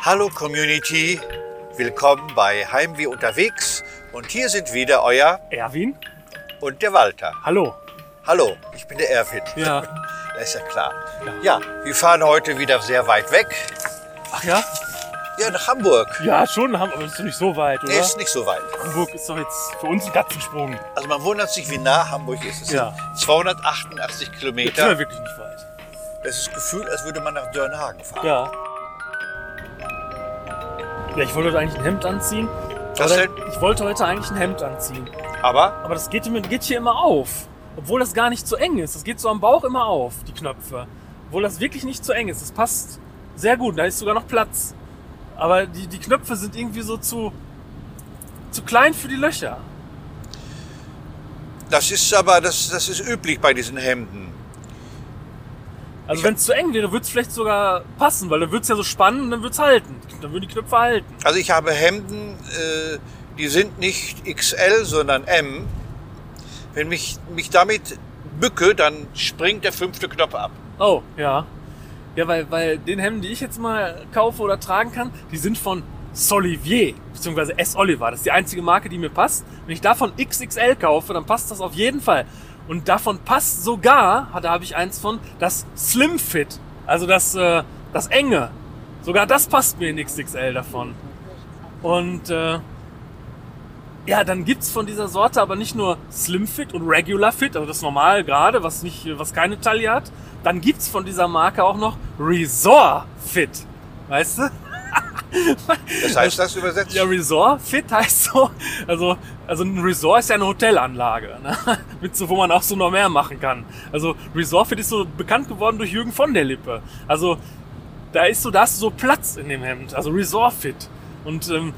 Hallo Community, willkommen bei Heimweh unterwegs und hier sind wieder euer Erwin? und der Walter. Hallo. Hallo, ich bin der Erwin. Ja. Das ist ja klar. Ja, wir fahren heute wieder sehr weit weg. Ach ja? Ja, nach Hamburg. Ja, schon, haben- aber das ist doch nicht so weit, oder? Er ist nicht so weit. Hamburg ist doch jetzt für uns ein Katzensprung. Also man wundert sich, wie nah Hamburg ist. Es Ja. sind 288 Jetzt sind wir Kilometer. wirklich nicht weit. Es ist gefühlt, als würde man nach Dörnhagen fahren. Ja. Ja, ich wollte heute eigentlich ein Hemd anziehen. Was aber denn? Ich wollte heute eigentlich ein Hemd anziehen. Aber Aber das geht, mir- geht hier immer auf. Obwohl das gar nicht so eng ist. Das geht so am Bauch immer auf, die Knöpfe. Obwohl das wirklich nicht so eng ist. Das passt sehr gut. Da ist sogar noch Platz. Aber die, die Knöpfe sind irgendwie so zu, zu klein für die Löcher. das ist aber, das, das ist üblich bei diesen Hemden. Also wenn es zu eng wäre, würde es vielleicht sogar passen, weil dann würde es ja so spannen und dann würde es halten. Dann würden die Knöpfe halten. Also ich habe Hemden, äh, die sind nicht XL, sondern M. Wenn mich mich damit bücke, dann springt der fünfte Knopf ab. Oh, ja. Ja, weil, weil den Hemden, die ich jetzt mal kaufe oder tragen kann, die sind von Solivier, beziehungsweise S. Oliver. Das ist die einzige Marke, die mir passt. Wenn ich davon XXL kaufe, dann passt das auf jeden Fall. Und davon passt sogar, da habe ich eins von, das Slim Fit. Also das, äh, das Enge. Sogar das passt mir in XXL davon. Und äh, ja, dann gibt's von dieser Sorte aber nicht nur Slim Fit und Regular Fit, also das normal gerade, was nicht, was keine Taille hat. Dann gibt's von dieser Marke auch noch Resort Fit. Weißt du? Das heißt, das übersetzt. Ja, Resort Fit heißt so. Also, also ein Resort ist ja eine Hotelanlage, ne? Mit so, wo man auch so noch mehr machen kann. Also Resort Fit ist so bekannt geworden durch Jürgen von der Lippe. Also da ist so, da hast du so Platz in dem Hemd. Also Resort Fit. Und ähm,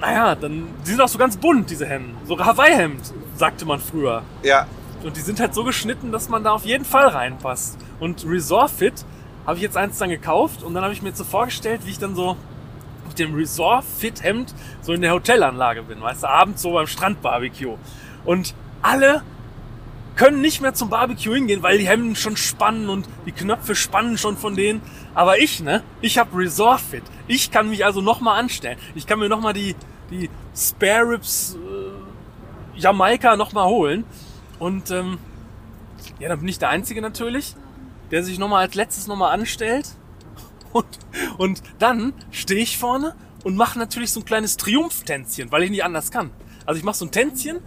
naja, dann die sind auch so ganz bunt, diese Hemden. So Hawaii-Hemd, sagte man früher. ja. Und die sind halt so geschnitten, dass man da auf jeden Fall reinpasst. Und Resort Fit habe ich jetzt eins dann gekauft und dann habe ich mir jetzt so vorgestellt, wie ich dann so mit dem Resort Fit Hemd so in der Hotelanlage bin, weißt du, abends so beim Strandbarbecue. Und alle können nicht mehr zum Barbecue hingehen, weil die Hemden schon spannen und die Knöpfe spannen schon von denen. Aber ich, ne? Ich habe Resort Fit. Ich kann mich also nochmal anstellen. Ich kann mir nochmal die, die Spare Ribs äh, Jamaika nochmal holen. Und ähm, ja, dann bin ich der Einzige natürlich, der sich nochmal als letztes nochmal anstellt. Und, und dann stehe ich vorne und mache natürlich so ein kleines Triumphtänzchen, weil ich nicht anders kann. Also ich mache so ein Tänzchen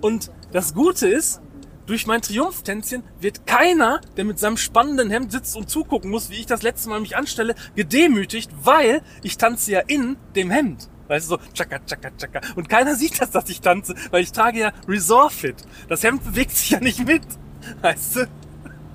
und das Gute ist, durch mein Triumphtänzchen wird keiner, der mit seinem spannenden Hemd sitzt und zugucken muss, wie ich das letzte Mal mich anstelle, gedemütigt, weil ich tanze ja in dem Hemd. Weißt du, so tschakka, tschakka, tschakka. Und keiner sieht das, dass ich tanze, weil ich trage ja Resort-Fit. Das Hemd bewegt sich ja nicht mit. Weißt du?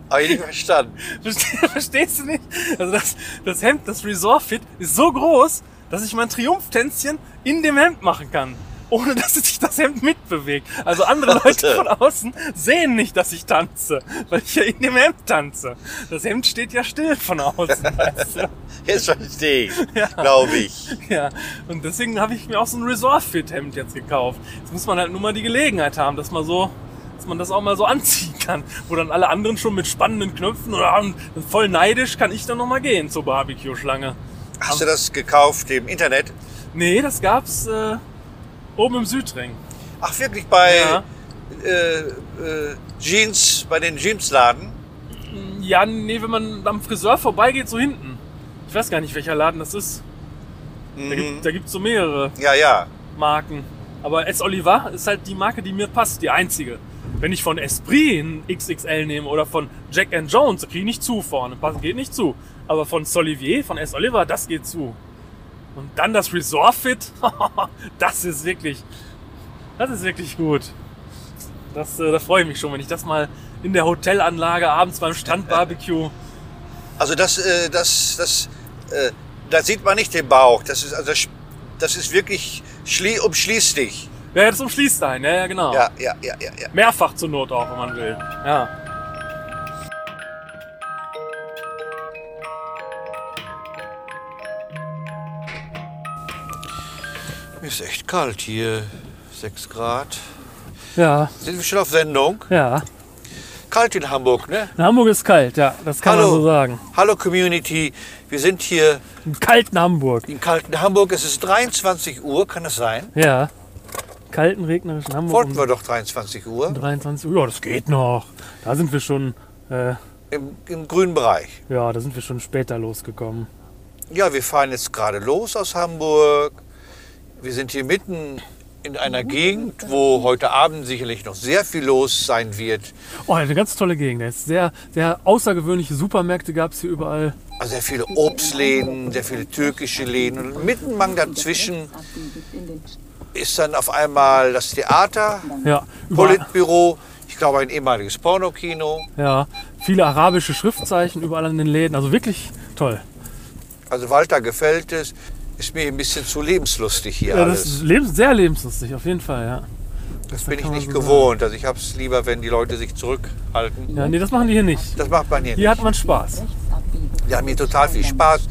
Habe ich nicht verstanden. Verste- Verstehst du nicht? Also das, das Hemd, das Resort-Fit ist so groß, dass ich mein Triumphtänzchen in dem Hemd machen kann. Ohne dass sich das Hemd mitbewegt. Also andere Leute von außen sehen nicht, dass ich tanze, weil ich ja in dem Hemd tanze. Das Hemd steht ja still von außen. Weißt du? Jetzt verstehe ich, glaube ich. Ja, und deswegen habe ich mir auch so ein Resort-Fit-Hemd jetzt gekauft. Jetzt muss man halt nur mal die Gelegenheit haben, dass man so, dass man das auch mal so anziehen kann, wo dann alle anderen schon mit spannenden Knöpfen oder und voll neidisch kann ich dann nochmal gehen zur Barbecue-Schlange. Hast du das gekauft im Internet? Nee, das gab's äh, oben im Südring. Ach, wirklich bei Ja. äh, äh, Jeans, bei den Jeansladen? Ja, nee, wenn man am Friseur vorbeigeht, so hinten. Ich weiß gar nicht, welcher Laden das ist. Da, Mhm. gibt, da gibt's so mehrere. Ja, ja. Marken. Aber S. Oliver ist halt die Marke, die mir passt, die einzige. Wenn ich von Esprit ein XXL nehme oder von Jack and Jones, da kriege ich nicht zu vorne. Pass- Geht nicht zu. Aber von Solivier, von S. Oliver, das geht zu. Und dann das Resort Fit. das ist wirklich, das ist wirklich gut. Das, äh, da freue ich mich schon, wenn ich das mal in der Hotelanlage abends beim Strandbarbecue. Also das, äh, das, das, äh, da sieht man nicht den Bauch. Das ist, also, sch- das ist wirklich schlie umschließt dich. Ja, das umschließt einen. Ja, ja, genau. Ja, ja, ja, ja, ja. Mehrfach zur Not auch, wenn man will. Ja. Mir ist echt kalt hier. 6 Grad. Ja, Sind wir schon auf Sendung? ja. Kalt in Hamburg, ne? In Hamburg ist kalt, ja, das kann Hallo. man so sagen. Hallo Community, wir sind hier Im kalten Hamburg. In kalten Hamburg ist es 23 Uhr, kann es sein? Ja. Kalten, regnerischen Hamburg. Wollten Um wir doch 23 Uhr 23 Uhr. Ja, das geht noch. Da sind wir schon, äh, im, im grünen Bereich. ja, da sind wir schon später losgekommen. Ja, wir fahren jetzt gerade los aus Hamburg. Wir sind hier mitten in einer Mhm. Gegend, wo heute Abend sicherlich noch sehr viel los sein wird. Oh, eine ganz tolle Gegend. Es ist sehr, sehr außergewöhnliche Supermärkte gab es hier überall. Also sehr viele Obstläden, sehr viele türkische Läden. Und mitten mang dazwischen ist dann auf einmal das Theater, Ja, überall, Politbüro, ich glaube ein ehemaliges Pornokino. ja, viele arabische Schriftzeichen überall an den Läden. Also wirklich toll. Also Walter gefällt es. Ist mir ein bisschen zu lebenslustig hier Ja, das alles. ist lebens sehr lebenslustig, auf jeden Fall, ja. Das bin ich kann man nicht so gewohnt. Also ich habe es lieber, wenn die Leute sich zurückhalten. Ja, nee, das machen die hier nicht. Das macht man hier Hier nicht. hat man Spaß. Die haben hier total viel Spaß.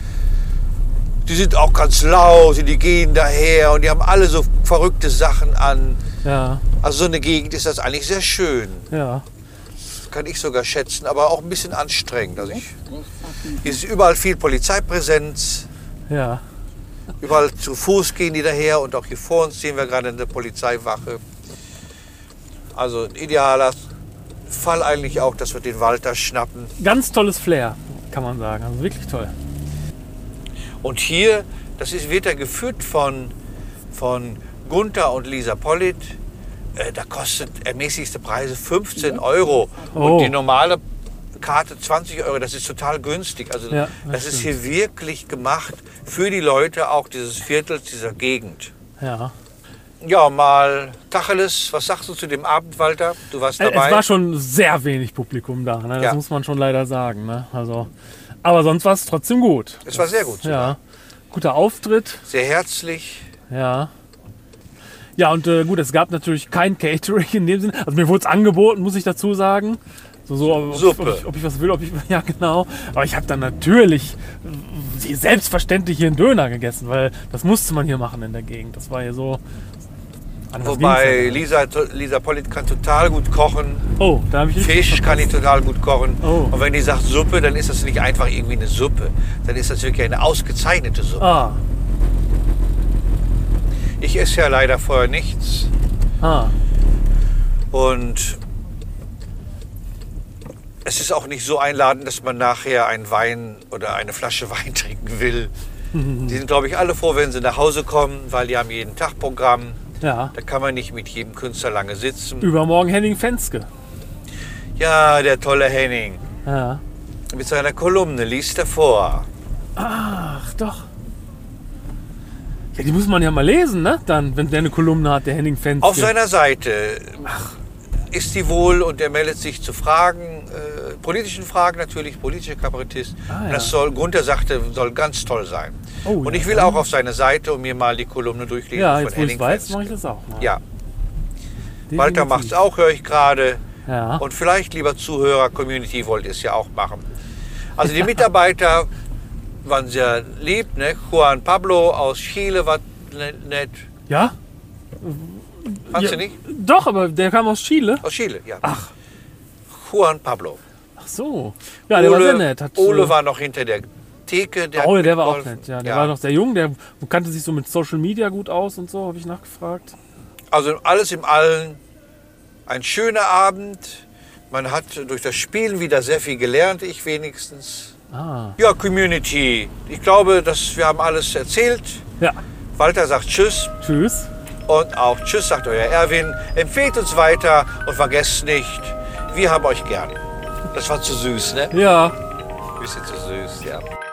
Die sind auch ganz laut und die gehen daher und die haben alle so verrückte Sachen an. Ja, Also so eine Gegend ist das eigentlich sehr schön. ja. Das kann ich sogar schätzen, aber auch ein bisschen anstrengend. Also ich, hier ist überall viel Polizeipräsenz. Ja, Überall zu Fuß gehen die daher und auch hier vor uns sehen wir gerade eine Polizeiwache. Also ein idealer Fall eigentlich auch, dass wir den Walter schnappen. ganz tolles Flair, kann man sagen. Also wirklich toll. Und hier, das ist, wird ja geführt von, von Gunther und Lisa Pollitt. Äh, Da kostet ermäßigste Preise 15 Euro Oh. und die normale Karte 20 Euro. Das ist total günstig. Also Ja, das das, ist hier wirklich gemacht für die Leute auch dieses Viertels, dieser Gegend. Ja. Ja, mal Tacheles, was sagst du zu dem Abend, Walter? Du warst Äh, dabei. Es war schon sehr wenig Publikum da, ne? das Ja. muss man schon leider sagen. Ne? Also, aber sonst war es trotzdem gut. Es war sehr gut sogar. Ja. Guter Auftritt, Sehr herzlich. ja. Ja, und äh, gut, es gab natürlich kein Catering in dem Sinne. Also mir wurde es angeboten, muss ich dazu sagen. So, so ob, Suppe. Ob, ich, ob ich was will, ob ich. Ja, genau. Aber ich habe dann natürlich äh, selbstverständlich hier einen Döner gegessen, weil das musste man hier machen in der Gegend. Das war hier so. Anders ging's Wobei ja nicht. Lisa, Lisa Pollitt kann total gut kochen. Oh, da habe ich richtig Fisch kann ich total gut kochen. Oh. Und wenn die sagt Suppe, dann ist das nicht einfach irgendwie eine Suppe. Dann ist das wirklich eine ausgezeichnete Suppe. Ah, Oh. Ich esse ja leider vorher nichts. ah. Und es ist auch nicht so einladend, dass man nachher einen Wein oder eine Flasche Wein trinken will. Die sind, glaube ich, alle froh, wenn sie nach Hause kommen, weil die haben jeden Tag Programm. Ja. Da kann man nicht mit jedem Künstler lange sitzen. Übermorgen Henning Fenske. Ja, der tolle Henning. Ja. Mit seiner Kolumne liest er vor. Ach doch. Ja, die muss man ja mal lesen, ne? Dann, wenn der eine Kolumne hat, der Henning Fenske. Auf seiner Seite ist sie wohl und er meldet sich zu Fragen, äh, politischen Fragen natürlich, politischer Kabarettist. Ah, ja. Das soll, Gunther sagte, soll ganz toll sein. Oh, und ja, ich will auch auf seine Seite und mir mal die Kolumne durchlesen ja, von jetzt wo Henning ich weiß, Fenske. mache ich das auch mal. Ja, Walter macht es auch, höre ich gerade. Ja. Und vielleicht, lieber Zuhörer, Community, wollt ihr es ja auch machen. Also die Mitarbeiter waren sehr lieb, ne? Juan Pablo aus Chile war ne- nett. ja? Fandst du ja, nicht? Doch, aber der kam aus Chile. Aus Chile, ja. Ach. Juan Pablo. Ach so. Ja, der war sehr nett. Hat, Ole äh, war noch hinter der Theke. Der hat Ole, der war auch mitgeholfen. nett. Ja, der war noch sehr jung. Der kannte sich so mit Social Media gut aus und so, habe ich nachgefragt. Also alles im Allen ein schöner Abend. Man hat durch das Spielen wieder sehr viel gelernt, ich wenigstens. Ah. Ja, Community. Ich glaube, dass wir haben alles erzählt. Ja. Walter sagt Tschüss Tschüss. und auch Tschüss sagt euer Erwin. Empfehlt uns weiter und vergesst nicht, wir haben euch gern. Das war zu süß, ne? Ja. Ein bisschen zu süß, ja.